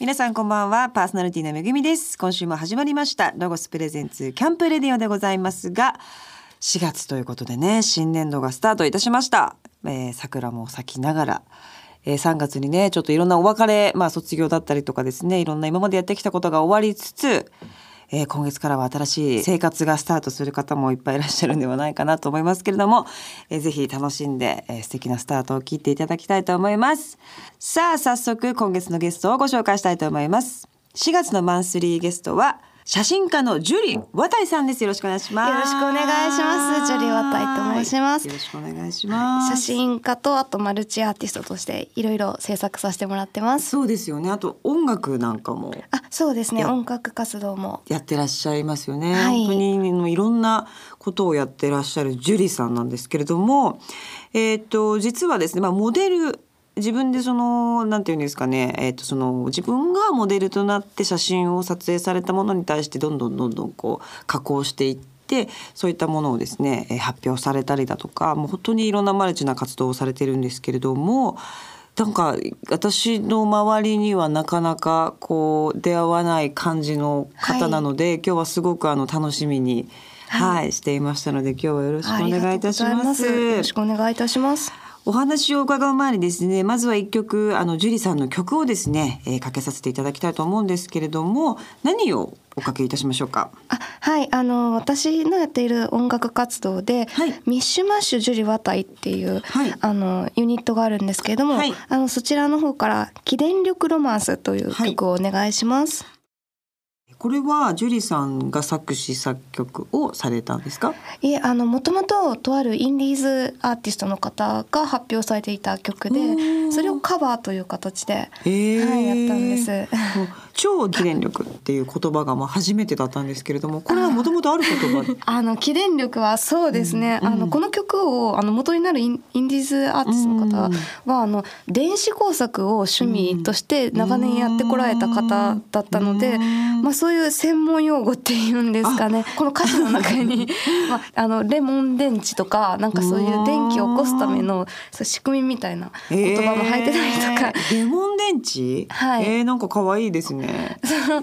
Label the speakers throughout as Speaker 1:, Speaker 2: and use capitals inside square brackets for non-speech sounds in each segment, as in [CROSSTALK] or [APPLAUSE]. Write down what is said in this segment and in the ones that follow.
Speaker 1: 皆さんこんばんはパーソナリティのめぐみです今週も始まりましたロゴスプレゼンツキャンプレディオでございますが4月ということでね新年度がスタートいたしました、えー桜も咲きながら、えー3月にねちょっといろんなお別れまあ卒業だったりとかですねいろんな今までやってきたことが終わりつつえー今月からは新しい生活がスタートする方もいっぱいいらっしゃるんではないかなと思いますけれども、えーぜひ楽しんで、えー素敵なスタートを切っていただきたいと思いますさあ早速今月のゲストをご紹介したいと思います4月のマンスリーゲストは写真家のジュリー和田井さんですよろしくお願いします
Speaker 2: よろしくお願いしますジュリー和田井と申します
Speaker 1: よろしくお願いします
Speaker 2: 写真家とあとマルチアーティストとしていろいろ制作させてもらってます。
Speaker 1: そうですよねあと音楽なんかも
Speaker 2: あ、そうですね。
Speaker 1: や
Speaker 2: 音楽活動も
Speaker 1: やってらっしゃいますよね、
Speaker 2: はい
Speaker 1: 本当にのいろんなことをやってらっしゃるジュリさんなんですけれども、えー、と実はですね、まあ、モデル自分でそのなんていうんですかね、えー、とその自分がモデルとなって写真を撮影されたものに対してどんどんどんどんこう加工していって。そういったものをですねえー発表されたりだとかもう本当にいろんなマルチな活動をされてるんですけれどもなんか私の周りにはなかなかこう出会わない感じの方なので、今日はすごくあの楽しみに、は
Speaker 2: はい
Speaker 1: していましたので今日はよろしくお
Speaker 2: ありが
Speaker 1: 願い
Speaker 2: と
Speaker 1: いう
Speaker 2: ご
Speaker 1: たし
Speaker 2: ざい
Speaker 1: ま
Speaker 2: ます。よろ
Speaker 1: す
Speaker 2: し。くお願いいたします。
Speaker 1: お話を伺う前にですねまずは一曲あのジュリさんの曲をですね、えー、かけさせていただきたいと思うんですけれども何をおかけいたしましょうか
Speaker 2: あ、はい。あの私のやっている音楽活動で、
Speaker 1: はい
Speaker 2: ミッシュマッシュジュリー和田井っていう、
Speaker 1: はい
Speaker 2: あのユニットがあるんですけれども、
Speaker 1: はい
Speaker 2: あのそちらの方から起電力ロマンスという曲をお願いします。
Speaker 1: これはジュリさんが作詞作曲をされたんですか
Speaker 2: い、え、あのもともととあるインディーズアーティストの方が発表されていた曲で。それをカバーという形で、
Speaker 1: へー
Speaker 2: はい、やったんです。
Speaker 1: もう超記念力っていう言葉がまあ初めてだったんですけれどもこれはもともとある言葉
Speaker 2: あの起電力はそうですね、
Speaker 1: うん
Speaker 2: あのこの曲をあの元になるインインディーズアーティストの方は、あの電子工作を趣味として長年やってこられた方だったので、まあ、そういう専門用語っていうんですかねこの歌詞の中
Speaker 1: [LAUGHS]
Speaker 2: に、まあ、あのレモン電池とかなんかそういう電気を起こすためのそう仕組みみたいな言葉も入ってたりとか、
Speaker 1: えーレモン電池、
Speaker 2: はい
Speaker 1: えーなんか可愛いですね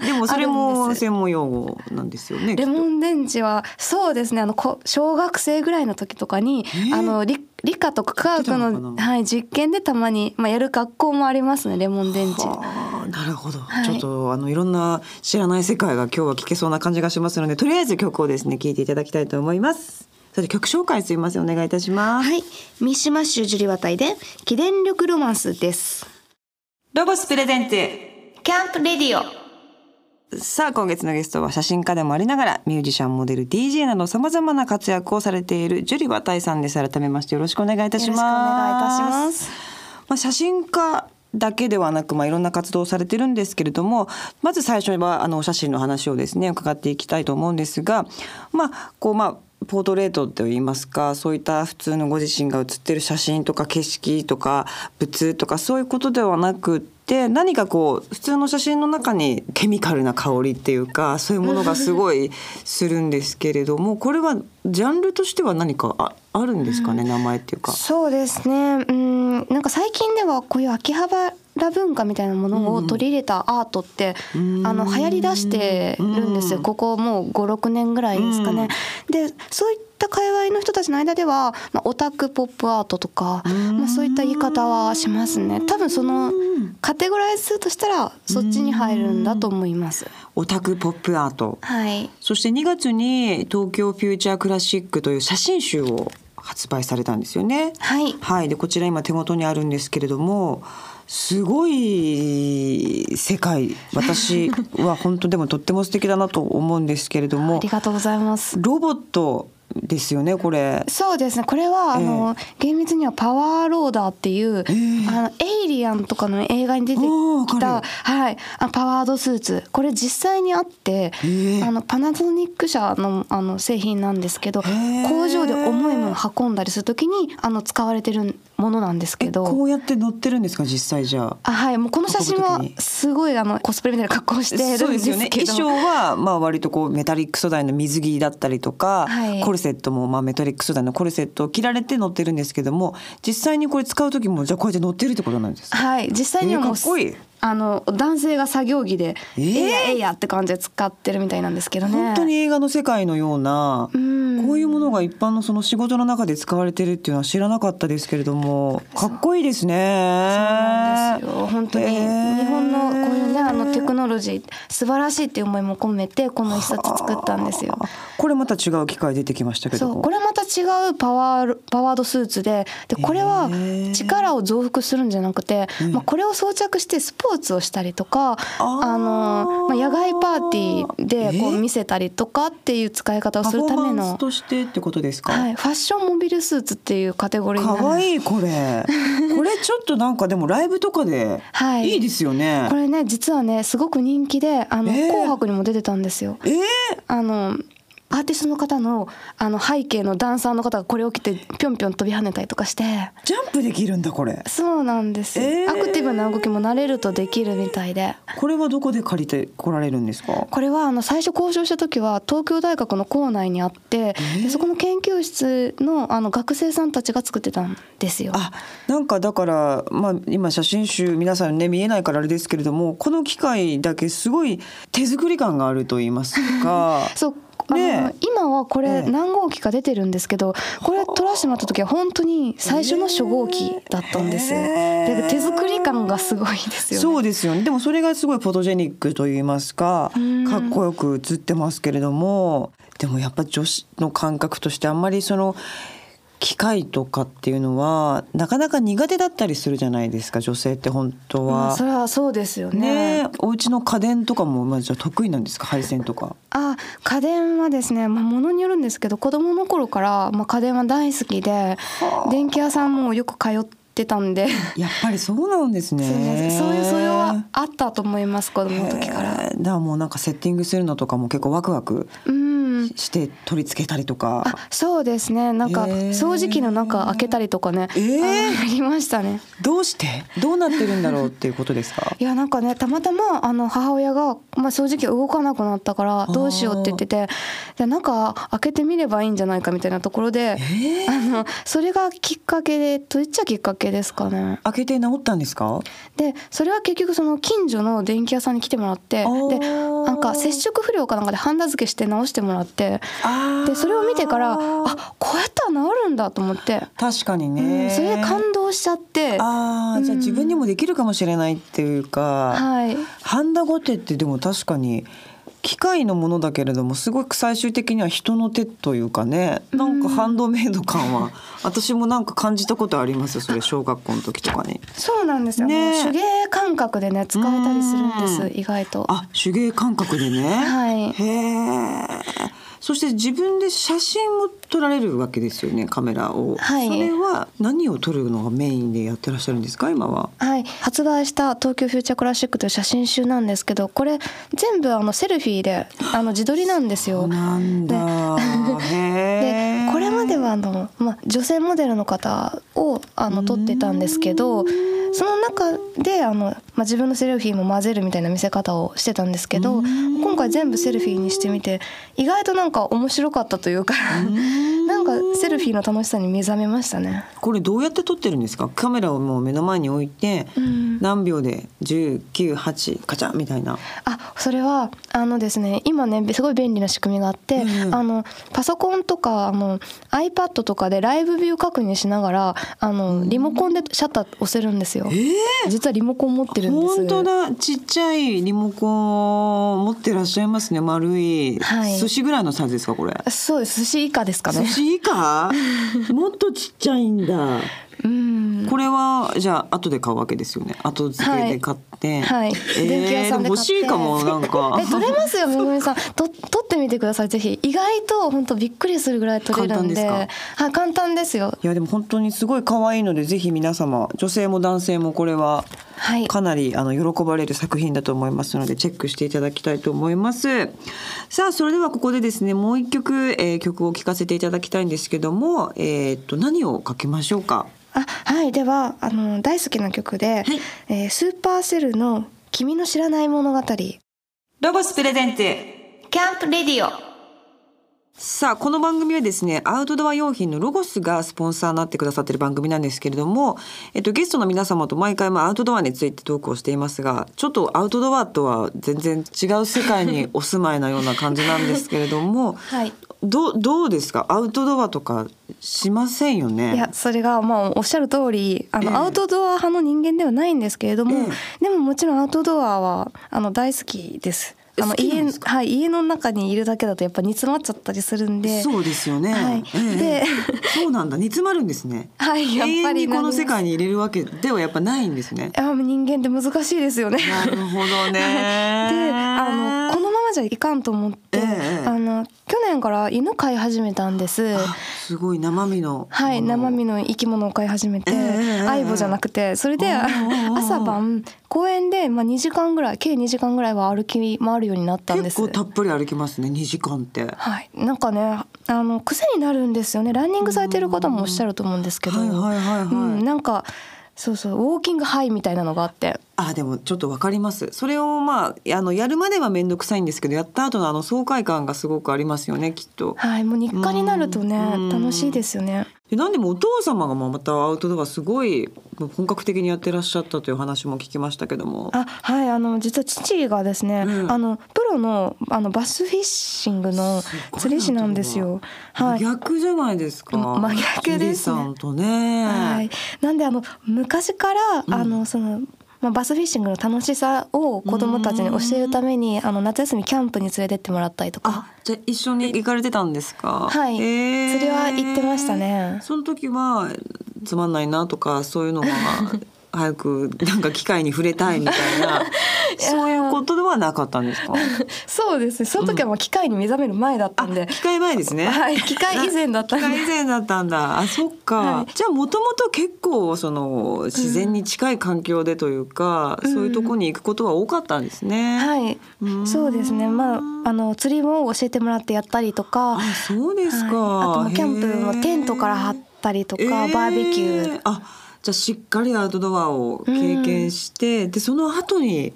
Speaker 1: でもそれ
Speaker 2: あるん
Speaker 1: も
Speaker 2: です
Speaker 1: 専門用語なんですよね
Speaker 2: [LAUGHS] レモン電池はそうですねあのこ小学生ぐらいの時とかに、
Speaker 1: ー
Speaker 2: あの理理科とか科学
Speaker 1: やっ
Speaker 2: の
Speaker 1: てたのかな
Speaker 2: はい、実験でたまに、まあ、やる学校もありますねレモン電池。
Speaker 1: はあなるほど、
Speaker 2: はい
Speaker 1: ちょっとあのいろんな知らない世界が今日は聞けそうな感じがしますのでとりあえず曲をですね聞いていただきたいと思いますそれで曲紹介すいませんお願いいたします、
Speaker 2: はい、ミッシュマッシュジュリワタイで「起電力ロマンス」です。
Speaker 1: ロゴスプレゼンツ
Speaker 2: キャンプレディオ
Speaker 1: さあ今月のゲストは写真家でもありながらミュージシャンモデル DJ などさまざまな活躍をされているジュリ和大さんです改めましてよろしくお願いいたします
Speaker 2: よろしくお願いいたします
Speaker 1: まあ、写真家だけではなく、まあ、いろんな活動をされてるんですけれどもまず最初はあのお写真の話をですね伺っていきたいと思うんですがまあこうまあポートレートといいますかそういった普通のご自身が写ってる写真とか景色とか物とかそういうことではなくって何かこう普通の写真の中にケミカルな香りっていうかそういうものがすごいするんですけれどもこれはジャンルとしては何かああるんですかね名前っていうか。
Speaker 2: そうですねうんなんか最近ではこういう秋葉原文化みたいなものを取り入れたアートって、
Speaker 1: うん
Speaker 2: あの流行りだしてるんですよ、
Speaker 1: うん
Speaker 2: ここもう56年ぐらいですかね。でそういった界隈の人たちの間では、まあ、オタクポップアートとか、
Speaker 1: ん
Speaker 2: まあ、そういった言い方はしますね多分そのカテゴライズするとしたらそっちに入るんだと思います。
Speaker 1: オタクポップアート
Speaker 2: はい
Speaker 1: そして2月に東京フューチャークラシックという写真集を発売されたんですよね。
Speaker 2: はい
Speaker 1: はい、でこちら今手元にあるんですけれどもすごい世界私は本当でもとっても素敵だなと思うんですけれど
Speaker 2: [LAUGHS] あ
Speaker 1: も
Speaker 2: りがとうございます。
Speaker 1: ロボットですよねこれ。
Speaker 2: そうですねこれはあの、厳密にはパワーローダーっていう、
Speaker 1: ええ
Speaker 2: あのエイリアンとかの映画に出て
Speaker 1: おー
Speaker 2: き
Speaker 1: わ
Speaker 2: た、
Speaker 1: か
Speaker 2: はい、あパワードスーツこれ実際にあって、
Speaker 1: ええ
Speaker 2: あのパナソニック社のあの製品なんですけど、
Speaker 1: え
Speaker 2: 工場で重いものを運んだりするときにあの使われてるものなんですけ
Speaker 1: えこ
Speaker 2: ど。
Speaker 1: うやって乗ってるんですか実際じゃあ。
Speaker 2: あはい、もうこの写真は
Speaker 1: 運ぶ時に
Speaker 2: すごいあのコスプレみたいな格好をしてるんですけど
Speaker 1: そうですよね衣装はまあ割とこうメタリック素材の水着だったりとか、
Speaker 2: はい
Speaker 1: これセットも、まあ、メトリック素材のコルセットを着られて乗ってるんですけども実際にこれ使う時もじゃあこうやって乗ってるってことなんですか
Speaker 2: はい実際にはも
Speaker 1: えー
Speaker 2: う
Speaker 1: かっこいい
Speaker 2: あの男性が作業着で「
Speaker 1: え
Speaker 2: え
Speaker 1: ー
Speaker 2: いやえいや」って感じで使ってるみたいなんですけどね
Speaker 1: 本当に映画の世界のような、
Speaker 2: うん
Speaker 1: こういうものが一般のその仕事の中で使われてるっていうのは知らなかったですけれどもかっこいいですね。
Speaker 2: そうなんですよ本当に
Speaker 1: へー
Speaker 2: 日本のこういうねあのテクノロジー素晴らしいっていう思いも込めてこの一冊作ったんですよ
Speaker 1: あ。これまた違う機械出てきましたけ
Speaker 2: そ
Speaker 1: ど
Speaker 2: うこれまた違うパワーパワードスーツででこれは
Speaker 1: へー
Speaker 2: 力を増幅するんじゃなくて、
Speaker 1: うん
Speaker 2: まあ、これを装着してスポーツをしたりとかあ
Speaker 1: ー
Speaker 2: の、まあ、野外パーティーでこ
Speaker 1: え
Speaker 2: う見せたりとかっていう使い方を
Speaker 1: パ
Speaker 2: す
Speaker 1: フ
Speaker 2: る
Speaker 1: ォ
Speaker 2: ため
Speaker 1: ーマン
Speaker 2: の
Speaker 1: ス、としてってことですか、
Speaker 2: はい、ファッションモビルスーツっていうカテゴリーに
Speaker 1: か
Speaker 2: なる
Speaker 1: わいいこ
Speaker 2: [LAUGHS]
Speaker 1: れこれちょっとなんかでもライブとかで
Speaker 2: はい
Speaker 1: いいですよね、
Speaker 2: これね実はねすごく人気であの、
Speaker 1: えー
Speaker 2: 紅白にも出てたんですよ。
Speaker 1: え
Speaker 2: あのアーティストの方のあの背景のダンサーの方がこれを着てぴょんぴょん飛び跳ねたりとかして
Speaker 1: ー、ジャンプできるんだこれ
Speaker 2: そうなんです、
Speaker 1: えー
Speaker 2: アクティブな動きも慣れるとできるみたいで
Speaker 1: これはどこで借りてこられるんですか
Speaker 2: これはあの最初交渉した時は東京大学の校内にあって、でそこの研究室のあの学生さんたちが作ってたんですよ。
Speaker 1: あなんかだから、まあ、今写真集皆さんね見えないからあれですけれどもこの機械だけすごい手作り感があると言います
Speaker 2: [LAUGHS]
Speaker 1: か
Speaker 2: そうあの、
Speaker 1: ねえ
Speaker 2: 今はこ
Speaker 1: え
Speaker 2: れ
Speaker 1: え
Speaker 2: 何号機か出てるんですけどこれ取らせてもらった時は本当に最初の初号機だったんですよ。
Speaker 1: へえ
Speaker 2: で手作り感がすごいですよね。
Speaker 1: そうですよねでもそれがすごいフォトジェニックと言いますか
Speaker 2: うん
Speaker 1: かっこよく写ってますけれどもでもやっぱ女子の感覚としてあんまりその機械とかっていうのはなかなか苦手だったりするじゃないですか女性って本当
Speaker 2: ま
Speaker 1: は
Speaker 2: あ、。それはそうですよね。
Speaker 1: ねえお家の家電とかもまあじゃあ得意なんですか配線とか。
Speaker 2: あ家電はですね、まあ、ものによるんですけど子供の頃から、まあ、家電は大好きで電気屋さんもよく通ってたんで
Speaker 1: やっぱりそうなんです
Speaker 2: [LAUGHS] そうで
Speaker 1: ね。
Speaker 2: すそういう素養はあったと思います子供の時から。
Speaker 1: へえだからもうなんかセッティングするのとかも結構ワクワク
Speaker 2: うん
Speaker 1: して取り付けたりと
Speaker 2: あ
Speaker 1: か。
Speaker 2: そうですねなんか
Speaker 1: へー
Speaker 2: 掃除機の中開けたりとかね、
Speaker 1: えー
Speaker 2: あのありましたね
Speaker 1: どうしてどうなってるんだろうっていうことですか
Speaker 2: いやなんかねたまたまあの母親が、まあ、掃除機が動かなくなったからどうしようって言っててでなんか開けてみればいいんじゃないかみたいなところで、
Speaker 1: [LAUGHS] えー
Speaker 2: あのそれがきっかけでと言っちゃきっかけですかね
Speaker 1: 開けて治ったんですか
Speaker 2: でそれは結局その近所の電気屋さんに来てもらって
Speaker 1: あー
Speaker 2: でなんか接触不良かなんかでハンダ付けして直してもらって
Speaker 1: あー
Speaker 2: でそれを見てからあこうやったら治るんだと思って。
Speaker 1: 確かに
Speaker 2: う
Speaker 1: ね、
Speaker 2: ん、それで感動しちゃっては
Speaker 1: あーじゃあ
Speaker 2: うん
Speaker 1: 自分にもできるかもしれないっていうか、
Speaker 2: い
Speaker 1: ハンダゴテってでも確かに機械のものだけれどもすごく最終的には人の手というかねなんかハンドメイド感は私もなんか感じたことありますそれ小学校の時とかに。
Speaker 2: そうなんですよ、
Speaker 1: ねえ
Speaker 2: もう手芸感覚でね使えたりするんです
Speaker 1: うん
Speaker 2: 意外と
Speaker 1: あ手芸感覚でね、
Speaker 2: は
Speaker 1: へ
Speaker 2: い
Speaker 1: えそして自分で写真を撮られるわけですよねカメラを、
Speaker 2: はい
Speaker 1: それは何を撮るのがメインでやってらっしゃるんですか今は
Speaker 2: はい発売した「東京フューチャークラシック」という写真集なんですけどこれ全部あのセルフィーであの自撮りなんですよ
Speaker 1: なんだ、へ
Speaker 2: [LAUGHS] で
Speaker 1: え
Speaker 2: これまではあの、まあ、女性モデルの方をあの撮ってたんですけどその中であの、まあ、自分のセルフィーも混ぜるみたいな見せ方をしてたんですけど今回全部セルフィーにしてみて意外となんか面白かったというか [LAUGHS] なんかセルフィーの楽しさに目覚めましたね。
Speaker 1: これどうやって撮ってるんですかカメラをもう目の前に置いて、
Speaker 2: うん
Speaker 1: 何秒で198カチャみたいな
Speaker 2: あそれはあのですね今ねすごい便利な仕組みがあって、
Speaker 1: うん
Speaker 2: あのパソコンとかあの iPad とかでライブビュー確認しながらあのリモコンでシャッター押せるんですよ。
Speaker 1: え
Speaker 2: 実はリモコン持ってるんです。
Speaker 1: 本当だちっちゃいリモコンを持ってらっしゃいますね丸い、
Speaker 2: はい
Speaker 1: 寿司ぐらいのサイズですかこれ
Speaker 2: そうです。寿司以下ですか
Speaker 1: 寿
Speaker 2: ね。
Speaker 1: 司以
Speaker 2: [LAUGHS]
Speaker 1: 下もっとちっちゃいんだ
Speaker 2: うん。
Speaker 1: これはじゃあ後で買うわけですよね後付けで買って、
Speaker 2: は
Speaker 1: え
Speaker 2: い。
Speaker 1: ー
Speaker 2: 電気屋さんで買って。
Speaker 1: 欲しいかもなんか
Speaker 2: [LAUGHS] え取れますよめぐみさん。と取ってみてくださいぜひ。意外と本当びっくりするぐらい取れるんで。
Speaker 1: 簡単で
Speaker 2: はい簡単ですよ。
Speaker 1: いやでも本当にすごい可愛いのでぜひ皆様女性も男性もこれは
Speaker 2: はい。
Speaker 1: かなりあの喜ばれる作品だと思いますのでチェックしていただきたいと思いますさあそれではここでですねもう一曲、えー曲を聴かせていただきたいんですけども、えー、と何をかけましょうか
Speaker 2: あはいではあの大好きな曲で、えースーパーセルの君の知らない物語。キ
Speaker 1: ロゴスプレゼンツ
Speaker 2: ャンプレディオ。
Speaker 1: さあこの番組はですねアウトドア用品のロゴスがスポンサーになってくださってる番組なんですけれども、えっと、ゲストの皆様と毎回まあアウトドアについてトークをしていますがちょっとアウトドアとは全然違う世界にお住まいなような感じなんですけれども
Speaker 2: [LAUGHS] はい
Speaker 1: どどうですかアウトドアとかしませんよね
Speaker 2: いやそれがまあおっしゃる通りあ
Speaker 1: ええ
Speaker 2: のアウトドア派の人間ではないんですけれども、
Speaker 1: え
Speaker 2: でももちろんアウトドアはあの大好きです。
Speaker 1: え
Speaker 2: あの
Speaker 1: 好きなん
Speaker 2: 家
Speaker 1: ですか
Speaker 2: はい家の中にいるだけだとやっぱ煮詰まっちゃったりするんで、
Speaker 1: そうですよね、
Speaker 2: はいで [LAUGHS]
Speaker 1: そうなんだ煮詰まるんですね
Speaker 2: はいやっ
Speaker 1: 永
Speaker 2: ぱ
Speaker 1: 遠
Speaker 2: り
Speaker 1: にこの世界
Speaker 2: に
Speaker 1: に入れるわけではやっぱないんです
Speaker 2: [LAUGHS]
Speaker 1: ね
Speaker 2: あ人間って難しいですよね。
Speaker 1: なる
Speaker 2: [LAUGHS]
Speaker 1: ほどね
Speaker 2: であのこのままじゃいかんと思って、
Speaker 1: ええ
Speaker 2: あの去年から犬飼い始めたんです。
Speaker 1: あすごい生身の
Speaker 2: はい生身の生き物を飼い始めて、
Speaker 1: ええ
Speaker 2: アイボじゃなくてそれで
Speaker 1: おー
Speaker 2: 朝晩公園でまあ2時間ぐらい計2時間ぐらいは歩き回るようになったんです
Speaker 1: 結構たっぷり歩きますね2時間っては
Speaker 2: はいなんかねあの癖になるんですよねランニングされてる方もおっしゃると思うんです
Speaker 1: い
Speaker 2: けど、
Speaker 1: はいはいはい、
Speaker 2: うん、なんかそうそうウォーキングハイみたいなのがあって
Speaker 1: あでもちょっとわかりますそれをまああのやるまでは面倒くさいんですけどやった後のあの爽快感がすごくありますよねきっと
Speaker 2: はいもう日課になるとね
Speaker 1: うん
Speaker 2: 楽しいですよね
Speaker 1: で何でもお父様がまたアウトドアすごい本格的にやってらっしゃったという話も聞きましたけども
Speaker 2: あはいあの実は父がですね、
Speaker 1: うん
Speaker 2: あのプロのあのバスフィッシングの
Speaker 1: すごいな
Speaker 2: 釣り師なんですよは
Speaker 1: 真
Speaker 2: い
Speaker 1: 逆じゃないですか
Speaker 2: うん真逆ですね
Speaker 1: リさんとね、
Speaker 2: はい、なんであの昔から、あのそのまあ、バスフィッシングの楽しさを子どもたちに教えるためにあの夏休みキャンプに連れてってもらったりとか
Speaker 1: あじゃあ一緒に行かれてたんですか
Speaker 2: はい
Speaker 1: へー
Speaker 2: それは行ってましたね
Speaker 1: その時はつまんないなとかそういうのが
Speaker 2: [LAUGHS]
Speaker 1: 早くなんか機械に触れたいみたいなそういうことではなかったん
Speaker 2: [LAUGHS]
Speaker 1: ですか
Speaker 2: そうですねその時はもう機械に目覚める前だった
Speaker 1: あ
Speaker 2: んで、
Speaker 1: 機械前ですね、
Speaker 2: はい、機械以前だった
Speaker 1: 機
Speaker 2: んで
Speaker 1: 械以前だったんだあそっか、
Speaker 2: はい
Speaker 1: じゃあもともと結構その自然に近い環境でというか、
Speaker 2: うん
Speaker 1: そういうとこに行くことは多かったんですね、
Speaker 2: はい、
Speaker 1: うん
Speaker 2: そうですねまああの釣りも教えてもらってやったりとか
Speaker 1: あそうですか、
Speaker 2: はいあともうキャンプもテントから張
Speaker 1: は
Speaker 2: ったりとか、
Speaker 1: えー
Speaker 2: バーベキュー
Speaker 1: あじゃあしっかりアウトドアを経験して、でその後に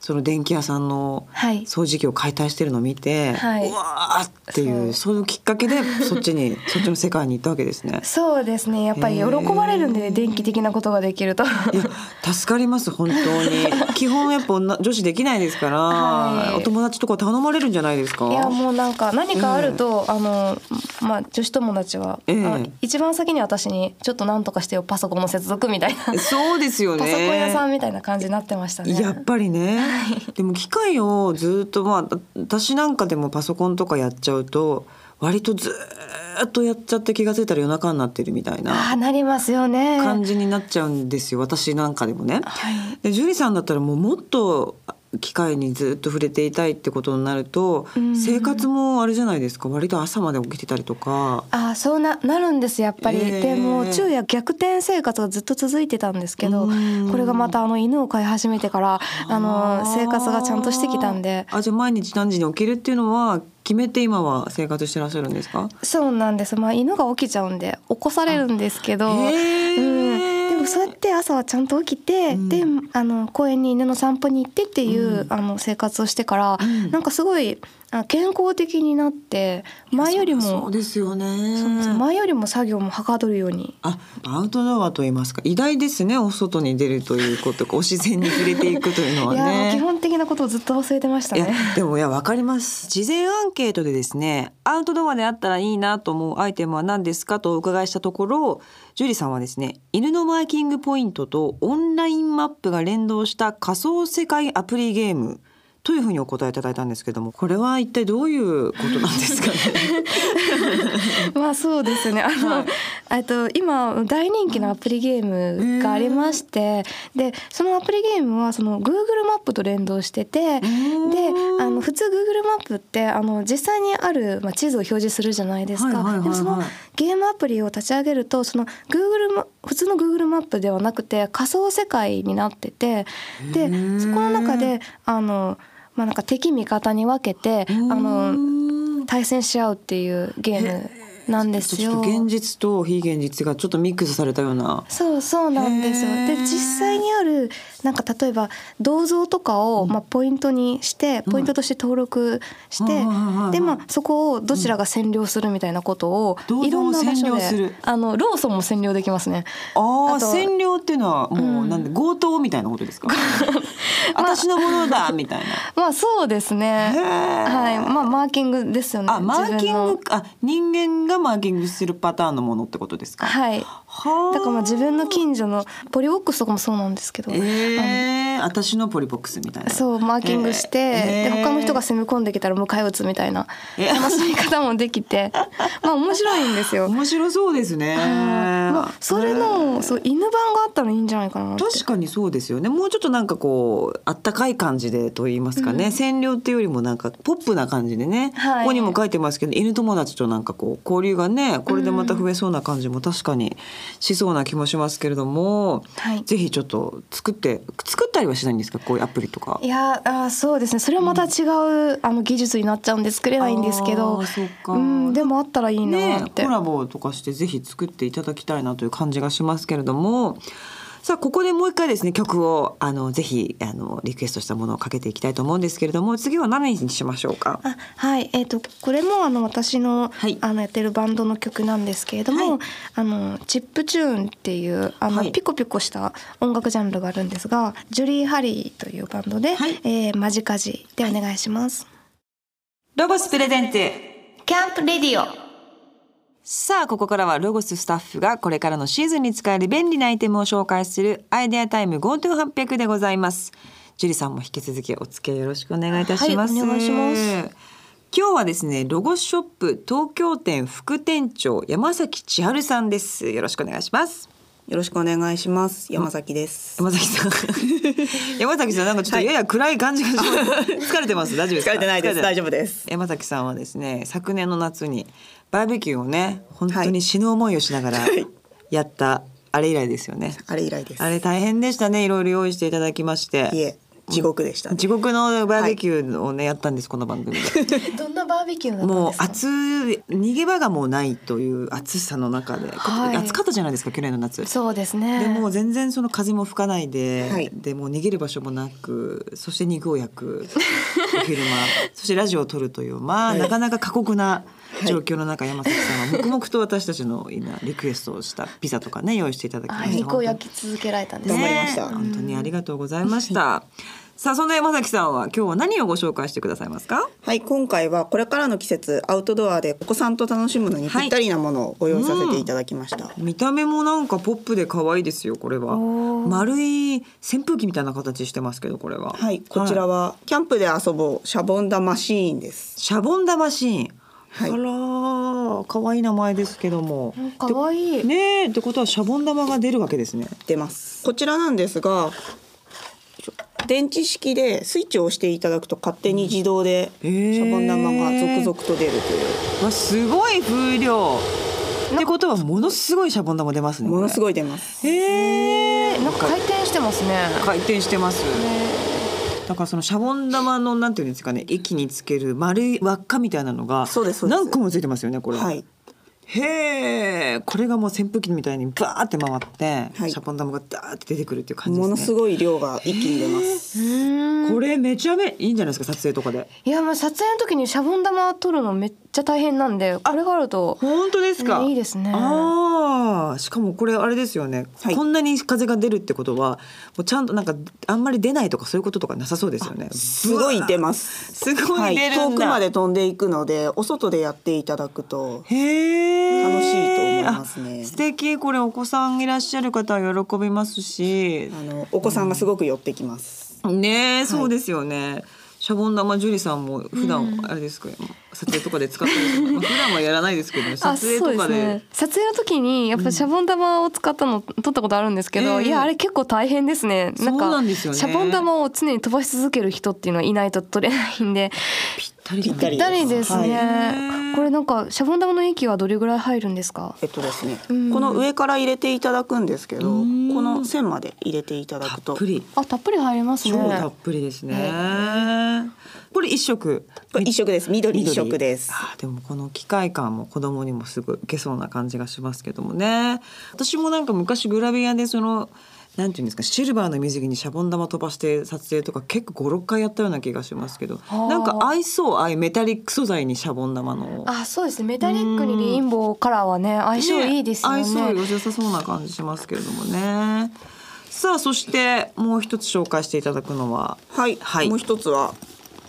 Speaker 1: その電気屋さんの
Speaker 2: はい
Speaker 1: 掃除機を解体してるのを見て、
Speaker 2: はいう
Speaker 1: わーっていうそういうきっかけでそっち
Speaker 2: [LAUGHS]
Speaker 1: にそっちの世界に行ったわけですね。
Speaker 2: そうですねやっぱり喜ばれるんで、
Speaker 1: へー
Speaker 2: 電気的なことができると
Speaker 1: いや助かります本当
Speaker 2: [LAUGHS]
Speaker 1: に基本やっぱ女女子できないですから、
Speaker 2: はい
Speaker 1: お友達とか頼まれるんじゃないですか
Speaker 2: いやもうなんか何かあると、あのまあ女子友達は、
Speaker 1: ええ
Speaker 2: あの一番先に私にちょっと何とかしてよパソコンの接続みたいなパソ
Speaker 1: そうですよね
Speaker 2: コン屋さんみたいな感じになってましたね。
Speaker 1: やっぱりね、でも機械をずっとまあ私なんかでもパソコンとかやっちゃうと割とずーっとやっちゃって気が付いたら夜中になってるみたい
Speaker 2: ああ
Speaker 1: な
Speaker 2: なりますよね。
Speaker 1: 感じになっちゃうんですよ私なんかでもね。
Speaker 2: はい。
Speaker 1: でジュリさんだったらもうもっと機械にずっと触れていたいってことになると、
Speaker 2: うん
Speaker 1: 生活もあれじゃないですか割と朝まで起きてたりとか。
Speaker 2: ああそうななるんですやっぱり、
Speaker 1: ええ
Speaker 2: でもう昼夜逆転生活がずっと続いてたんですけど
Speaker 1: うん
Speaker 2: これがまたあの犬を飼い始めてからあの生活がちゃんとしてきたんで
Speaker 1: あじゃあ毎日何時に起きるっていうのは決めて今は生活してらっしゃるんですか
Speaker 2: そうなんですまあ犬が起きちゃうんで起こされるんですけど、
Speaker 1: へー
Speaker 2: うん、でもそうやって朝はちゃんと起きて、
Speaker 1: うん
Speaker 2: であの公園に犬の散歩に行ってっていう、あの生活をしてから、
Speaker 1: うん
Speaker 2: なんかすごいあ健康的になって前よりも
Speaker 1: そうそうですよね
Speaker 2: そうなんです前よりも作業もはかどるように
Speaker 1: あアウトドアと言いますか偉大ですねお外に出るということお自然に触れていくというのはい
Speaker 2: やーもう基
Speaker 1: ね。
Speaker 2: 本的なことをずっと忘れてました
Speaker 1: いや
Speaker 2: ね。
Speaker 1: でもいやわかります事前アンケートでですねアウトドアであったらいいなと思うアイテムは何ですかとお伺いしたところジュリさんはですね犬のマーキングポイントとオンラインマップが連動した仮想世界アプリゲームというふうにお答えいただいたんですけどもこれは一体どういうことなんですかね
Speaker 2: [LAUGHS] まあそうですね。あの、えっと今大人気のアプリゲームがありまして、でそのアプリゲームはその Google マップと連動してて、であの普通 Google マップってあの実際にあるまあ地図を表示するじゃないです
Speaker 1: はいはいはいは
Speaker 2: か。
Speaker 1: い
Speaker 2: でもそのゲームアプリを立ち上げるとその Google マ普通の Google マップではなくて仮想世界になってて、で
Speaker 1: ー
Speaker 2: そこの中であのまあなんか敵味方に分けてあの。対戦し合うっていうゲームなんです
Speaker 1: ちょ
Speaker 2: よ。
Speaker 1: っと現実と非現実がちょっとミックスされたような。
Speaker 2: そうそうなんですよ。
Speaker 1: へー
Speaker 2: で実際にあるなんか例えば銅像とかを、まあ、ポイントにしてポイントとして登録して、
Speaker 1: うんうんうんうん
Speaker 2: でまあそこをどちらが占領するみたいなことを、
Speaker 1: うん
Speaker 2: いろんな場
Speaker 1: 銅像
Speaker 2: 所
Speaker 1: を占領する
Speaker 2: であのローソンも占領できますね。
Speaker 1: ああ
Speaker 2: あと
Speaker 1: 占領っていうのはもう
Speaker 2: うん
Speaker 1: なんで、強盗みたいなことです
Speaker 2: [LAUGHS]
Speaker 1: か。私のものだみたいな。
Speaker 2: まあそうです
Speaker 1: へ
Speaker 2: ね。
Speaker 1: ー
Speaker 2: はい、まあマーキングですよね。
Speaker 1: あマーキング
Speaker 2: 自分の
Speaker 1: あ人間がマーキングするパターンのものってことですか。
Speaker 2: はい。
Speaker 1: はあ
Speaker 2: だからまあ自分の近所のポリボックスとかもそうなんですけど、
Speaker 1: ええ私のポリボックスみたいな。
Speaker 2: そうマーキングして、
Speaker 1: えー
Speaker 2: で他の人が攻め込んできたら迎え撃つみたいな
Speaker 1: え
Speaker 2: 楽しみ方もでき
Speaker 1: [LAUGHS]
Speaker 2: てまあ面白いんですよ。はい
Speaker 1: 面白そうですね。
Speaker 2: まあ、それの、そう犬版があったらいいんじゃないかなって
Speaker 1: 確かにそうですよねもうちょっとなんかこうあったかい感じでと言いますかね、
Speaker 2: うん
Speaker 1: 占領っていうよりもなんかポップな感じでね、
Speaker 2: はい
Speaker 1: ここにも書いてますけど犬友達となんかこう交流がねこれでまた増えそうな感じも確かにしそうな気もしますけれども、
Speaker 2: はい
Speaker 1: ぜひちょっと作って作ったりはしないんですかこういうアプリとか
Speaker 2: い。やあーそうですねそれはまた違う、あの技術になっちゃうんで作れないんですけど
Speaker 1: あーそうか
Speaker 2: うん、でもあったらいいな
Speaker 1: ね
Speaker 2: っ、て、
Speaker 1: コラボとかしてぜひ作っていただきたいなという感じがしますけれどもさあここでもう一回ですね曲をあのぜひあのリクエストしたものをかけていきたいと思うんですけれども次は何にしましょうか
Speaker 2: あはいえっ、とこれもあの私の,、
Speaker 1: はい
Speaker 2: あのやってるバンドの曲なんですけれども、
Speaker 1: はい
Speaker 2: あのチップチューンっていうあの、
Speaker 1: はい
Speaker 2: ピコピコした音楽ジャンルがあるんですがジュリー・ハリーというバンドで、
Speaker 1: はい
Speaker 2: えーマジカジでお願いします。
Speaker 1: ロゴスプレゼンツ
Speaker 2: キャンプレディオ
Speaker 1: さあここからはロゴススタッフがこれからのシーズンに使える便利なアイテムを紹介するアイデアタイム GoTo800 でございますジュリさんも引き続きお付き合いよろしくお願いいたします、
Speaker 2: はいお願いします
Speaker 1: 今日はですねロゴスショップ東京店副店長山崎千春さんですよろしくお願いします
Speaker 3: よろしくお願いします。山崎です。
Speaker 1: 山崎
Speaker 3: [LAUGHS]
Speaker 1: さん山崎さんなんかちょっとやや暗い感じがします、疲れてます大丈夫ですか
Speaker 3: 疲れてないです。大丈夫です。
Speaker 1: 山崎さんはですね昨年の夏にバーベキューをね本当に死ぬ思いをしながらやったあれ以来ですよね。
Speaker 3: あれ以来です。
Speaker 1: あれ大変でしたねいろいろ用意していただきまし
Speaker 3: い
Speaker 1: て
Speaker 3: え、地獄でした、ね。
Speaker 1: 地獄のバーベキューをね、やったんですこの番組で
Speaker 2: どんなバーベキューだった
Speaker 1: [LAUGHS]
Speaker 2: ん
Speaker 1: もう
Speaker 2: ですか
Speaker 1: 暑い逃げ場がもうないという暑さの中で、
Speaker 2: はい
Speaker 1: 暑かったじゃないですか去年の夏。
Speaker 2: そうですね
Speaker 1: でもう全然その風も吹かないで、
Speaker 3: はい
Speaker 1: でもう逃げる場所もなくそして肉を焼く昼間そしてラジオを撮るというまあ、
Speaker 3: はい
Speaker 1: なかなか過酷な状況の中、山崎さんは黙々と私たちの今リクエストをしたピザとかね用意していただきま
Speaker 2: あ
Speaker 1: した
Speaker 2: 肉を焼き続けられたんです
Speaker 3: 頑張
Speaker 2: ね
Speaker 3: りました
Speaker 1: ね本当にありがとうございましたさあそんな山崎さんは今日は何をご紹介してくださいますか
Speaker 3: はい、今回はこれからの季節、アウトドアでお子さんと楽しむのにぴったりなものをご用意させていただきました。
Speaker 1: 見た目もなんかポップで可愛いですよこれは
Speaker 2: おー
Speaker 1: 丸い扇風機みたいな形してますけどこれは
Speaker 3: はい、こちらはキャンプで遊ぼうシャボン玉シーンです。
Speaker 1: シャボン玉シーン。
Speaker 3: はい
Speaker 1: あらー、可愛い名前ですけども。
Speaker 2: かわいい、
Speaker 1: ねえ、ってことはシャボン玉が出るわけですね。
Speaker 3: 出ます。こちらなんですが、電池式でスイッチを押していただくと勝手に自動でシ
Speaker 1: ー
Speaker 3: ャボン玉が続々と出るという。
Speaker 1: わ、すごい風量。ってことはものすごいシャボン玉出ますね。
Speaker 3: ものすご
Speaker 1: い。
Speaker 3: い出ます。
Speaker 1: へえ。
Speaker 2: なんか回転してますね
Speaker 1: 回転してます。
Speaker 2: ね
Speaker 1: だからそのシャボン玉のなんていうんですかね、液につける丸い輪っかみたいなのが
Speaker 3: そうですそうです
Speaker 1: 何個もついてますよねこれ。
Speaker 3: はい。
Speaker 1: へえ。これがもう扇風機みたいにバーって回って、
Speaker 3: はい
Speaker 1: シャボン玉がダーって出てくるっていう感じですね。
Speaker 3: ものすごい量が一気に出ます。
Speaker 2: うーん
Speaker 1: これめちゃめいいんじゃないですか撮影とかで。
Speaker 2: いやもう撮影の時にシャボン玉撮るのめっちゃ大変なんでこれがあると
Speaker 1: 本当ですか。
Speaker 2: ねいいですね
Speaker 1: ああ、しかもこれあれですよね、
Speaker 3: はい
Speaker 1: こんなに風が出るってことは、もうちゃんとなんかあんまり出ないとかそういうこととかなさそうですよね。
Speaker 3: すごい出ます。
Speaker 1: すごい出るんだ
Speaker 3: 遠くまで飛んでいくので、お外でやっていただくと。
Speaker 1: へえ。
Speaker 3: 楽しいと思いますね
Speaker 1: あ素敵これお子さんいらっしゃる方は喜びますし
Speaker 3: あ、のお子さんがすごく寄ってきます。
Speaker 1: ねえそうですよね。シャボン玉ジュリさんも普段あれですか、撮影とかで使ってるんですか、まあ普段はやらないですけど、ね、撮
Speaker 2: あ
Speaker 1: 影
Speaker 2: そう
Speaker 1: とかで
Speaker 2: ね撮影の時にやっぱシャボン玉を使ったの撮ったことあるんですけど、
Speaker 1: ええ
Speaker 2: いやあれ結構大変ですねなん
Speaker 1: そ
Speaker 2: か
Speaker 1: うなんですよね
Speaker 2: シャボン玉を常に飛ばし続ける人っていうのはいないと撮れないんで
Speaker 1: ぴったりじゃない
Speaker 3: ぴ
Speaker 2: ぴ
Speaker 3: っ
Speaker 2: ったた
Speaker 3: り
Speaker 2: り
Speaker 3: で
Speaker 2: ですすね、
Speaker 1: はい
Speaker 2: これなんかシャボン玉の液はどれぐらい入るんですか
Speaker 3: えっとですね、
Speaker 2: うん
Speaker 3: この上から入れていただくんですけど、こ
Speaker 1: うん
Speaker 3: の線まで入れていただく
Speaker 1: た
Speaker 3: と
Speaker 1: っぷ。り。
Speaker 2: あたっぷり入りますね
Speaker 1: 超たっぷりですね。
Speaker 2: え
Speaker 1: これ一色
Speaker 3: これ一色です緑一色です
Speaker 1: あーでもこの機械感も子供にもすぐ受けそうな感じがしますけどもね私もなんか昔グラビアでそのなんていうんですかシルバーの水着にシャボン玉飛ばして撮影とか結構56回やったような気がしますけど
Speaker 2: ー
Speaker 1: なんか合いそうああいうメタリック素材にシャボン玉の
Speaker 2: あそうですねメタリックにレインボーカラーはね相性いいですよね
Speaker 1: 愛想良さそうな感じしますけれどもねさあそしてもう一つ紹介していただくのは
Speaker 3: はい、
Speaker 1: はい
Speaker 3: もう一つは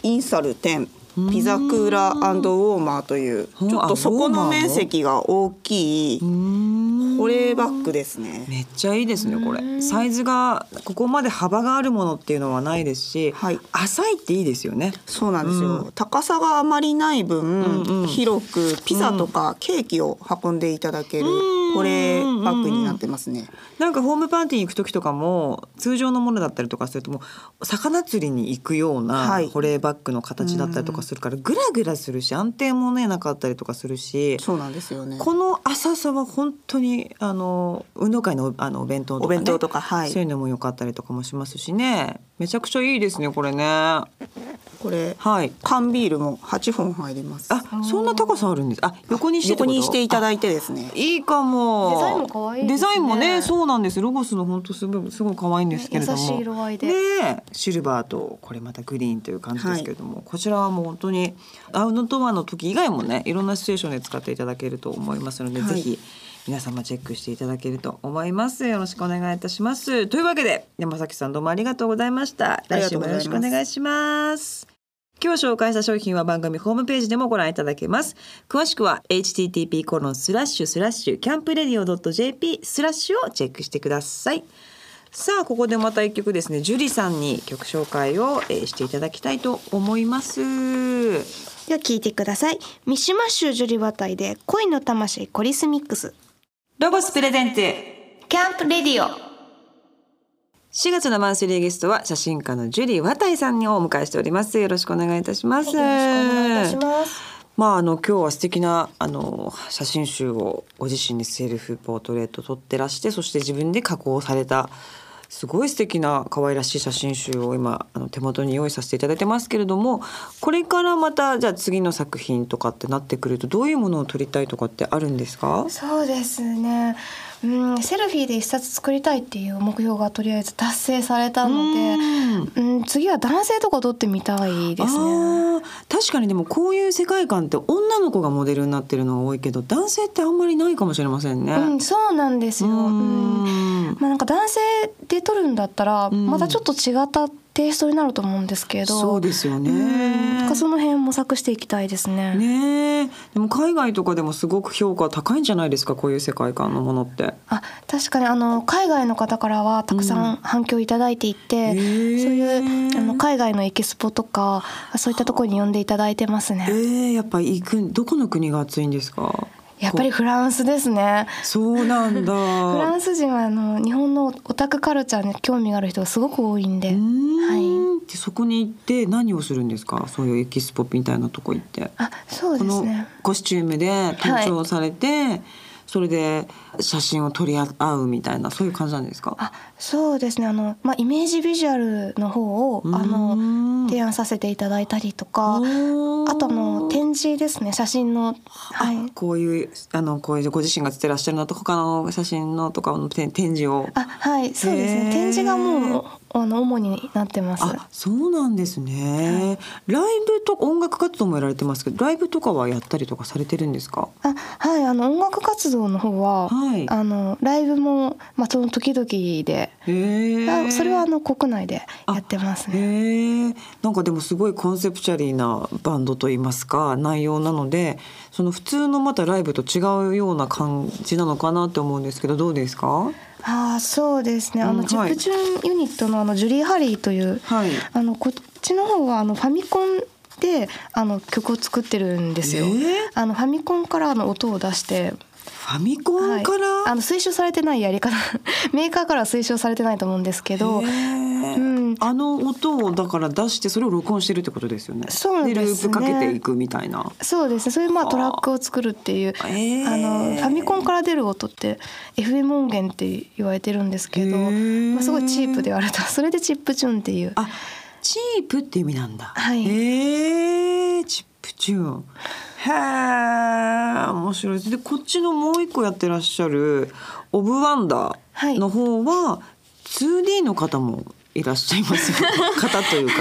Speaker 3: インサル10ピザクーラーウォーマーというち
Speaker 1: うん
Speaker 3: ょっと底
Speaker 1: あウォーマー
Speaker 3: の
Speaker 1: の
Speaker 3: 面積が大きい保冷バッグですね。
Speaker 1: めっちゃいいですねこれサイズがここまで幅があるものっていうのはないですし、
Speaker 3: はい
Speaker 1: 浅いっていいですよね
Speaker 3: そうなんですよ、
Speaker 1: う
Speaker 3: 高さがあまりない分、
Speaker 1: うんうん
Speaker 3: 広くピザとかケーキを運んでいただける
Speaker 1: うん
Speaker 3: 保冷バッグになってますね。
Speaker 1: なんかホームパーティー行く時とかも通常のものだったりとかするともう魚釣りに行くよう
Speaker 3: は
Speaker 1: ない保冷バッグの形だったりとかするからグラグラするし安定もねなかったりとかするし
Speaker 3: そうなんですよね。
Speaker 1: この浅さは本当にあの運動会のおあのお弁当と
Speaker 3: お
Speaker 1: か、ね、
Speaker 3: 弁当とか、はい、
Speaker 1: そういうのも良かったりとかもしますしねめちゃくちゃいいですねこれねは
Speaker 3: これ
Speaker 1: い
Speaker 3: 缶ビールも8本入ります。
Speaker 1: あそんな高さあるんですあ横にしてってこ
Speaker 3: 横
Speaker 1: と
Speaker 3: にしていただいてですね
Speaker 1: あ。いいかも
Speaker 2: デザインも可愛いですね
Speaker 1: デザインもねそうなんですロゴスの本当すごいすごい可愛いんですけれども
Speaker 2: 優しい色合いで、
Speaker 1: ねえシルバーとこれまたグリーンという感じですけれども、こちらはもう本当にアウトドアの時以外もねいろんなシチュエーションで使っていただけると思いますので、
Speaker 3: はい
Speaker 1: ぜひ皆様チェックしていただけると思いますよろしくお願いいたしますというわけで山崎さんどうもありがとうございました
Speaker 3: あり
Speaker 1: 来
Speaker 3: が
Speaker 1: 週
Speaker 3: とう
Speaker 1: も
Speaker 3: ご
Speaker 1: よ
Speaker 3: ざい
Speaker 1: ろ
Speaker 3: ま
Speaker 1: し
Speaker 3: す
Speaker 1: くお願いします今日紹介した商品は番組ホームページでもご覧いただけます詳しくは http コロンスラッシュスラッシュキャンプレディオ .jp スラッシュをチェックしてくださいさあここでまた一曲ですねジュリさんに曲紹介を、えーしていただきたいと思います
Speaker 4: では聞いてください。三島州ジュリバタイで恋の魂コリスミックス。
Speaker 1: ロゴスプレゼンツ
Speaker 4: キャンプレディオ。
Speaker 1: 4月のマンスリーゲストは写真家のジュリー和井さんにお迎えしておりますよろしくお願いいたします、
Speaker 4: ます。
Speaker 1: まあ、あの今日は素敵なあの写真集をご自身でセルフポートレート撮ってらしてそして自分で加工されたすごい素敵な可愛らしい写真集を今あの手元に用意させていただいてますけれどもこれからまたじゃあ次の作品とかってなってくるとどういうものを撮りたいとかってあるんですか
Speaker 2: そうですね、うん、セルフィーで一冊作りたいっていう目標がとりあえず達成されたので、
Speaker 1: うん
Speaker 2: うん、次は男性とか撮ってみたいです
Speaker 1: あ
Speaker 2: ね。
Speaker 1: ー確かにでもこういう世界観って女の子がモデルになってるのが多いけど男性ってあんまりないかもしれませんね。
Speaker 2: うん、そうなんですよ。うん
Speaker 1: うん
Speaker 2: まあなんか男性で撮るんだったら、
Speaker 1: ん
Speaker 2: またちょっと違ったテイストになると思うんですけど。
Speaker 1: そうですよね。
Speaker 2: うんなんかその辺模索していきたいですね。
Speaker 1: ねえでも海外とかでもすごく評価高いんじゃないですかこういう世界観のものって。
Speaker 2: あ確かにあの海外の方からはたくさん反響いただいていて、
Speaker 1: へー
Speaker 2: そういうあの海外のエキスポとかそういったところに呼んでいただいてます
Speaker 1: え
Speaker 2: ね。
Speaker 1: えやっぱ行くどこの国が暑いんですか
Speaker 2: やっぱり
Speaker 1: こ
Speaker 2: フランスですね。
Speaker 1: うそうなん [LAUGHS] だ
Speaker 2: フランス人はあの日本のオタクカルチャーに興味がある人がすごく多いんで、
Speaker 1: うーんでそこに行って何をするんですかそういうエキスポみたいなとこ行って。
Speaker 2: あそう
Speaker 1: こ
Speaker 2: です
Speaker 1: の
Speaker 2: ね。
Speaker 1: コスチュームで登場されて、それで写真を撮り合うみたいなそういう感じなんですか
Speaker 2: あそうですねあの、まあ、イメージビジュアルの方をあ
Speaker 1: う
Speaker 2: の
Speaker 1: ーん
Speaker 2: 提案させていただいたりとか
Speaker 1: おー
Speaker 2: あとあの展示ですね写真の、はい、
Speaker 1: こういうあのこういうご自身が写ってらっしゃるのと他の写真のとかの展展示を。
Speaker 2: あはいそうです
Speaker 1: へー
Speaker 2: ね展示がもうあの主になってます
Speaker 1: あそうなんですね、ライブと音楽活動もやられてますけどライブとかはやったりとかされてるんですか
Speaker 2: あはいあの音楽活動の方は、
Speaker 1: はい
Speaker 2: あのライブも、まあ、その時々で、
Speaker 1: へー
Speaker 2: あそれはあの国内でやってますね
Speaker 1: へえなんかでもすごいコンセプチャリーなバンドといいますか内容なのでその普通のまたライブと違うような感じなのかなって思うんですけどどうですか
Speaker 2: あそうですねあの、
Speaker 1: うん
Speaker 2: チッ
Speaker 1: はい
Speaker 2: プチューンユニットのあのジュリー・ハリーという
Speaker 1: はい
Speaker 2: あのこっちの方はあのファミコンであの曲を作ってるんですよ。
Speaker 1: えー
Speaker 2: あのファミコンからあの音を出して、
Speaker 1: ファミコ
Speaker 2: は
Speaker 1: ン
Speaker 2: い
Speaker 1: から、
Speaker 2: あの推奨されてないやり方 [LAUGHS] メーカーからは推奨されてないと思うんですけど
Speaker 1: へ、え
Speaker 2: うん
Speaker 1: あの音をだから出してそれを録音してるってことですよね
Speaker 2: そうですね
Speaker 1: ループかけていくみたいな
Speaker 2: そうですねそういうまあ
Speaker 1: はあ
Speaker 2: トラックを作るっていう
Speaker 1: あ
Speaker 2: あ
Speaker 1: へえ
Speaker 2: のファミコンから出る音って FM 音源って言われてるんですけど、
Speaker 1: へえ
Speaker 2: [LAUGHS] まあ、すごいチープで言われたそれでチップチューンっていう
Speaker 1: あチープって意味なんだ。
Speaker 4: はい
Speaker 1: えー、チップチューン。へえ、面白いです。で、こっちのもう一個やってらっしゃるオブワンダ
Speaker 4: はい
Speaker 1: ーの方は 2D の方もいらっしゃいます
Speaker 2: [LAUGHS]
Speaker 1: よ、方というか。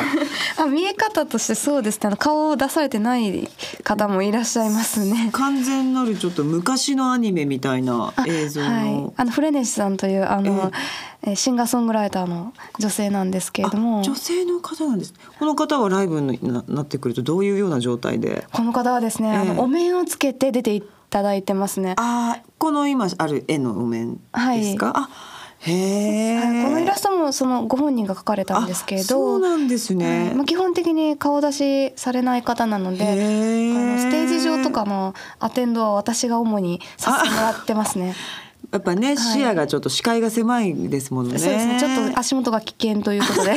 Speaker 2: あ見え方としてそうですねあの顔を出されてない方もいらっしゃいますね。
Speaker 1: 完全なるちょっと昔のアニメみたいな
Speaker 2: あ
Speaker 1: 映像
Speaker 2: はい
Speaker 1: の、。
Speaker 2: あのフレネシさんというあの、えシンガーソングライターの女性なんですけれども
Speaker 1: あ女性の方なんです。この方はライブにななってくるとどういうような状態で。
Speaker 2: この方はですね、あ
Speaker 1: ええ
Speaker 2: のお面をつけて出ていただいてますね。
Speaker 1: あーこの今ある絵のお面ですか、あへえ、
Speaker 2: はいこのイラストもそのご本人が描かれたんですけれ
Speaker 1: あそう
Speaker 2: ど、
Speaker 1: なんですね、
Speaker 2: まあ、基本的に顔出しされない方なの
Speaker 1: へ
Speaker 2: で。あ
Speaker 1: ー
Speaker 2: のステージ上とかのアテンドは私が主にさせてもらってますね。
Speaker 1: やっぱね、視野がちょっと視界が狭いですものね
Speaker 2: そうですね。ちょっと足元が危険というこ
Speaker 1: [LAUGHS]
Speaker 2: とで。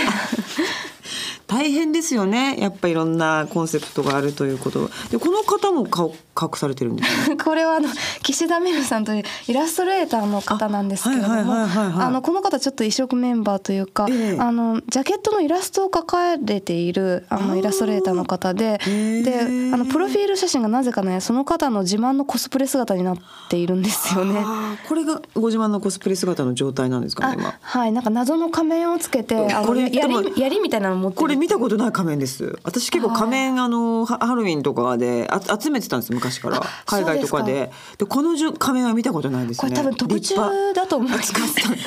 Speaker 1: 大変ですよねやっぱいろんなコンセプトがあるということでこの方も顔隠されてるんですね
Speaker 2: これはあの岸田メルさんというイラストレーターの方なんですけれど
Speaker 1: あはい
Speaker 2: も、
Speaker 1: はいはいはいはい
Speaker 2: あのこの方ちょっと異色メンバーというか、
Speaker 1: ええ
Speaker 2: あのジャケットのイラストを描かれているあ
Speaker 1: あ
Speaker 2: の
Speaker 1: ー
Speaker 2: イラストレーターの方
Speaker 1: へ
Speaker 2: で、
Speaker 1: え
Speaker 2: で、あのプロフィール写真がなぜかねその方の自慢のコスプレ姿になっているんですよね。
Speaker 1: あーこれがご自慢のコスプレ姿の状態なんですかね今
Speaker 2: あはいなんか謎の仮面をつけてあ
Speaker 1: こ
Speaker 2: の
Speaker 1: れで
Speaker 2: や
Speaker 1: も
Speaker 2: りやりみたいなの持ってる
Speaker 1: これ見たことない仮面です私結構仮面あのハハロウィンとかであ集めてたんです昔から海外とかで
Speaker 2: そう
Speaker 1: でこのじゅ仮面は見たことないです
Speaker 2: こ
Speaker 1: ね
Speaker 2: れ多分特
Speaker 1: 立
Speaker 2: 注
Speaker 1: 派
Speaker 2: だと思
Speaker 1: [LAUGHS]
Speaker 2: います。
Speaker 1: 使ったんだ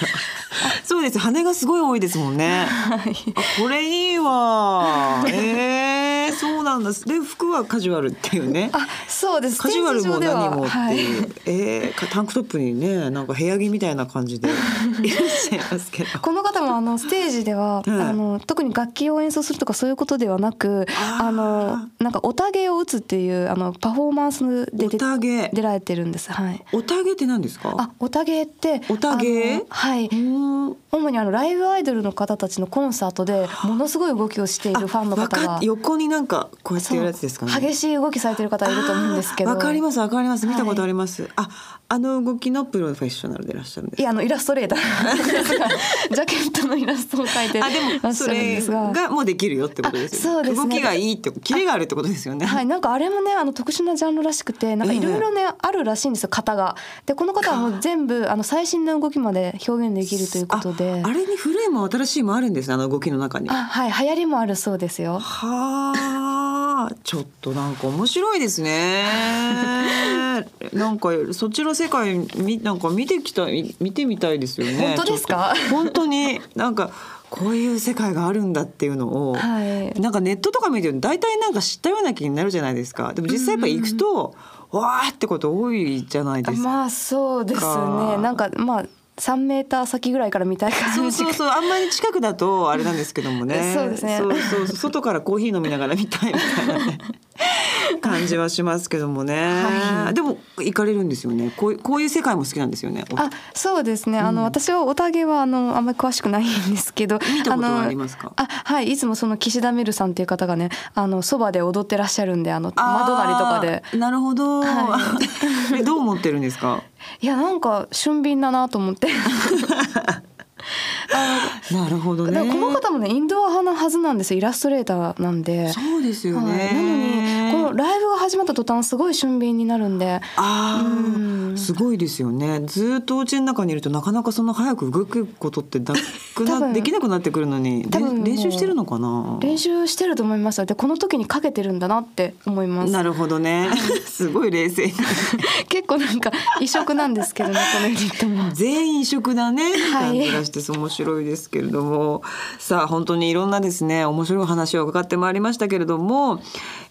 Speaker 1: そうです羽がすごい多いですもんね、あこれいい
Speaker 2: [LAUGHS]
Speaker 1: わえー、そうなんですで服はカジュアルっていうね
Speaker 2: あそうです。
Speaker 1: カジュアルも
Speaker 2: 展示
Speaker 1: 何
Speaker 2: 上で
Speaker 1: も
Speaker 2: は
Speaker 1: って
Speaker 2: はい
Speaker 1: [LAUGHS] いう、えーかタンクトップにねなんか部屋着みたいな感
Speaker 2: [LAUGHS]
Speaker 1: じでいらっしゃいますけど
Speaker 2: この方もあのステージでは、
Speaker 1: うん
Speaker 2: あの特に楽器を演奏するとかそういうことではなく
Speaker 1: あ
Speaker 2: あ
Speaker 1: ー
Speaker 2: のなんかおたげを打つっていうあのパフォーマンスで
Speaker 1: お
Speaker 2: 出
Speaker 1: たげ
Speaker 2: 出られてるんです。はい。
Speaker 1: おたげって何ですか
Speaker 2: あ、おたげって
Speaker 1: おたげ
Speaker 2: あのはい。
Speaker 1: うん
Speaker 2: 主にあのライブアイドルの方たちのコンサートでものすごい動きをしているファンの
Speaker 1: わ
Speaker 2: 方
Speaker 1: かっ
Speaker 2: が。
Speaker 1: 横になんかこうやって
Speaker 2: そ
Speaker 1: やるや
Speaker 2: う
Speaker 1: つですかね
Speaker 2: 激しい動きされてる方いると思うんですけど。。
Speaker 1: あーわかりますすわかります見たこと
Speaker 2: はい
Speaker 1: あります、ああの動きのプロフェッショナルでいらっしゃるんです
Speaker 2: いやあのイラストレータ [LAUGHS] ージャケットのイラストを描いてら
Speaker 1: あ
Speaker 2: っ
Speaker 1: でも
Speaker 2: し
Speaker 1: そ
Speaker 2: ゃるん
Speaker 1: れ
Speaker 2: ですが。
Speaker 1: がもうできるよってことですよ
Speaker 2: あそうですね
Speaker 1: 動きがいいってキレがあるってことですよね。
Speaker 2: はい、なんかあれもねあの特殊なジャンルらしくてなんかいろいろね、あるらしいんですよ型が。でこの方はもう全部あの最新の動きまで表現できるということで
Speaker 1: ああれに古いも新しいもあるんですねあの動きの中に。は
Speaker 2: あはい流行りもあるそうですよ。
Speaker 1: あちょっとなんか面白いです
Speaker 2: [LAUGHS]
Speaker 1: ね。なんかそっちの世界みなんか見てきたい見てみたいですよね。
Speaker 2: 本当ですか
Speaker 1: ちょっと本当になんかこういう世界があるんだっていうのを。
Speaker 2: はい
Speaker 1: なんかネットとか見てると大体なんか知ったような気になるじゃないですかでも実際やっぱ行くと、わーってこと多いじゃないですか。
Speaker 2: まあそうですね
Speaker 1: か
Speaker 2: なんかまあ3メーター先ぐらいから見たい感じ
Speaker 1: そうそうそうあんまり近くだとあれなんですけどもね
Speaker 2: [LAUGHS] そうですね
Speaker 1: そうそうそう外からコーヒー飲みながら見たいみたいな、
Speaker 2: [LAUGHS]
Speaker 1: ね、感じはしますけどもね、
Speaker 2: はい
Speaker 1: でも行かれるんですよねこういうこういう世界も好きなんですよね
Speaker 2: あそうですね、あの私はおたげはあのあんまり詳しくないんですけど
Speaker 1: 見たことは
Speaker 2: の
Speaker 1: ありますか
Speaker 2: あはいいつもその岸田メルさんっていう方がねあのそばで踊ってらっしゃるんであの窓なりとかで
Speaker 1: あーなるほど、
Speaker 2: は
Speaker 1: [LAUGHS] えどう思ってるんです
Speaker 2: [LAUGHS]
Speaker 1: か
Speaker 2: いやなんか俊敏だなと思って
Speaker 1: なるほど
Speaker 2: だから
Speaker 1: ね
Speaker 2: この方もねインドア派なはずなんですよイラストレーターなんで。
Speaker 1: そうですよね、
Speaker 2: はい、なのにこのライブが始まった途端すごい俊敏になるんで
Speaker 1: あ
Speaker 2: う
Speaker 1: ー
Speaker 2: ん
Speaker 1: すごいですよねずーっとお家の中にいるとなかなかそんな早く動くことってなく
Speaker 2: 多
Speaker 1: な
Speaker 2: 分
Speaker 1: できなくなってくるのにれ
Speaker 2: 多分も
Speaker 1: ん
Speaker 2: う
Speaker 1: 練習してるのかな
Speaker 2: 練習してると思いますよでこの時にかけてるんだなって思います
Speaker 1: なるほどねすごい冷 [LAUGHS] 静に
Speaker 2: [LAUGHS] 結構なんか異色なんですけどねこのユニットも
Speaker 1: 全員異色だね
Speaker 2: は
Speaker 1: 感
Speaker 2: い
Speaker 1: じがして面白いですけれども、さあ本当にいろんなですね面白いお話を伺ってまいりましたけれども、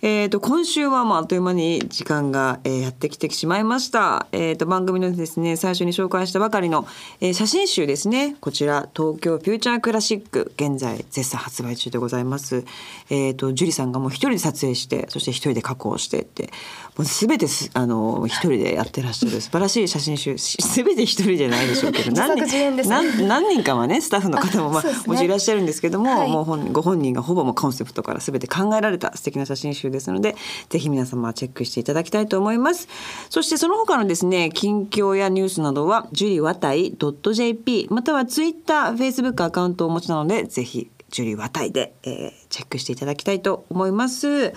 Speaker 1: えー、と今週はもうあっという間に時間が、えーやってきてしまいました、えー、と番組のですね最初に紹介したばかりの、えー写真集ですねこちら東京フューチャークラシック現在絶賛発売中でございます、えー、と樹里さんがもう一人で撮影してそして一人で加工してってもう全てすあの一人でやってらっしゃる素晴らしい写真集し全て一人じゃないでしょうけど
Speaker 2: 自作
Speaker 1: 何人
Speaker 2: 自演ですね
Speaker 1: 何何人かはねスタッフの方も、まあ
Speaker 2: あそうですね
Speaker 1: もちろんいらっしゃるんですけども、
Speaker 2: はい
Speaker 1: もう本ご本人がほぼもうコンセプトから全て考えられた素敵な写真集ですのでぜひ皆様チェックしていただきたいと思いますそしてその他のですね近況やニュースなどはジュリワタイ .jp またはツイッター、フェイスブックアカウントをお持ちなのでぜひジュリー・ワタイで、えーチェックしていただきたいと思います。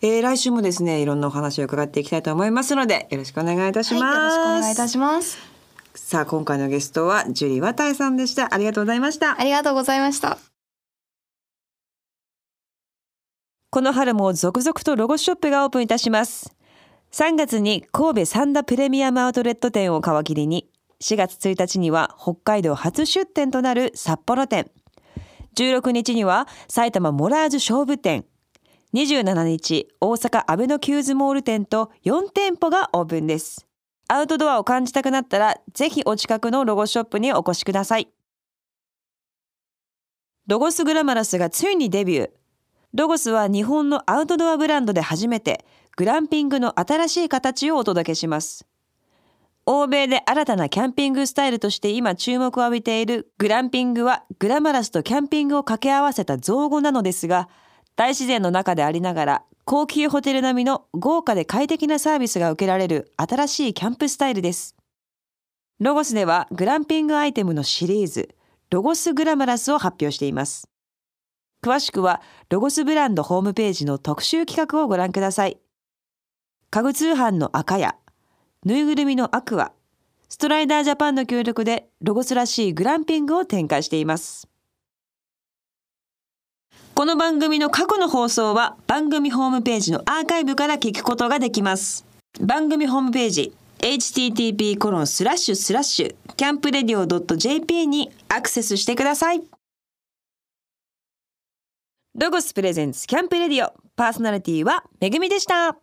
Speaker 1: えー来週もですねいろんなお話を伺っていきたいと思いますのでよろしくお願いいたします。
Speaker 4: はい、よろしくお願いいたします。
Speaker 1: さあ今回のゲストはジュリー・ワタイさんでした。ありがとうございました。
Speaker 2: ありがとうございました。
Speaker 1: この春も続々とロゴスショップがオープンいたします3月に神戸三田プレミアムアウトレット店を皮切りに4月1日には北海道初出店となる札幌店16日には埼玉モラーズ勝負店27日大阪阿部のキューズモール店と4店舗がオープンですアウトドアを感じたくなったらぜひお近くのロゴスショップにお越しくださいロゴスグラマラスがついにデビューロゴスは日本のアウトドアブランドで初めてグランピングの新しい形をお届けします。欧米で新たなキャンピングスタイルとして今注目を浴びているグランピングはグラマラスとキャンピングを掛け合わせた造語なのですが大自然の中でありながら高級ホテル並みの豪華で快適なサービスが受けられる新しいキャンプスタイルです。ロゴスではグランピングアイテムのシリーズロゴスグラマラスを発表しています。詳しくはロゴスブランドホームページの特集企画をご覧ください家具通販の赤やぬいぐるみのアクアストライダージャパンの協力でロゴスらしいグランピングを展開していますこの番組の過去の放送は番組ホームページのアーカイブから聞くことができます番組ホームページ http コロンスラッシュスラッシュキャンプレディオ .jp にアクセスしてくださいロゴスプレゼンツキャンプレディオパーソナリティはめぐみでした。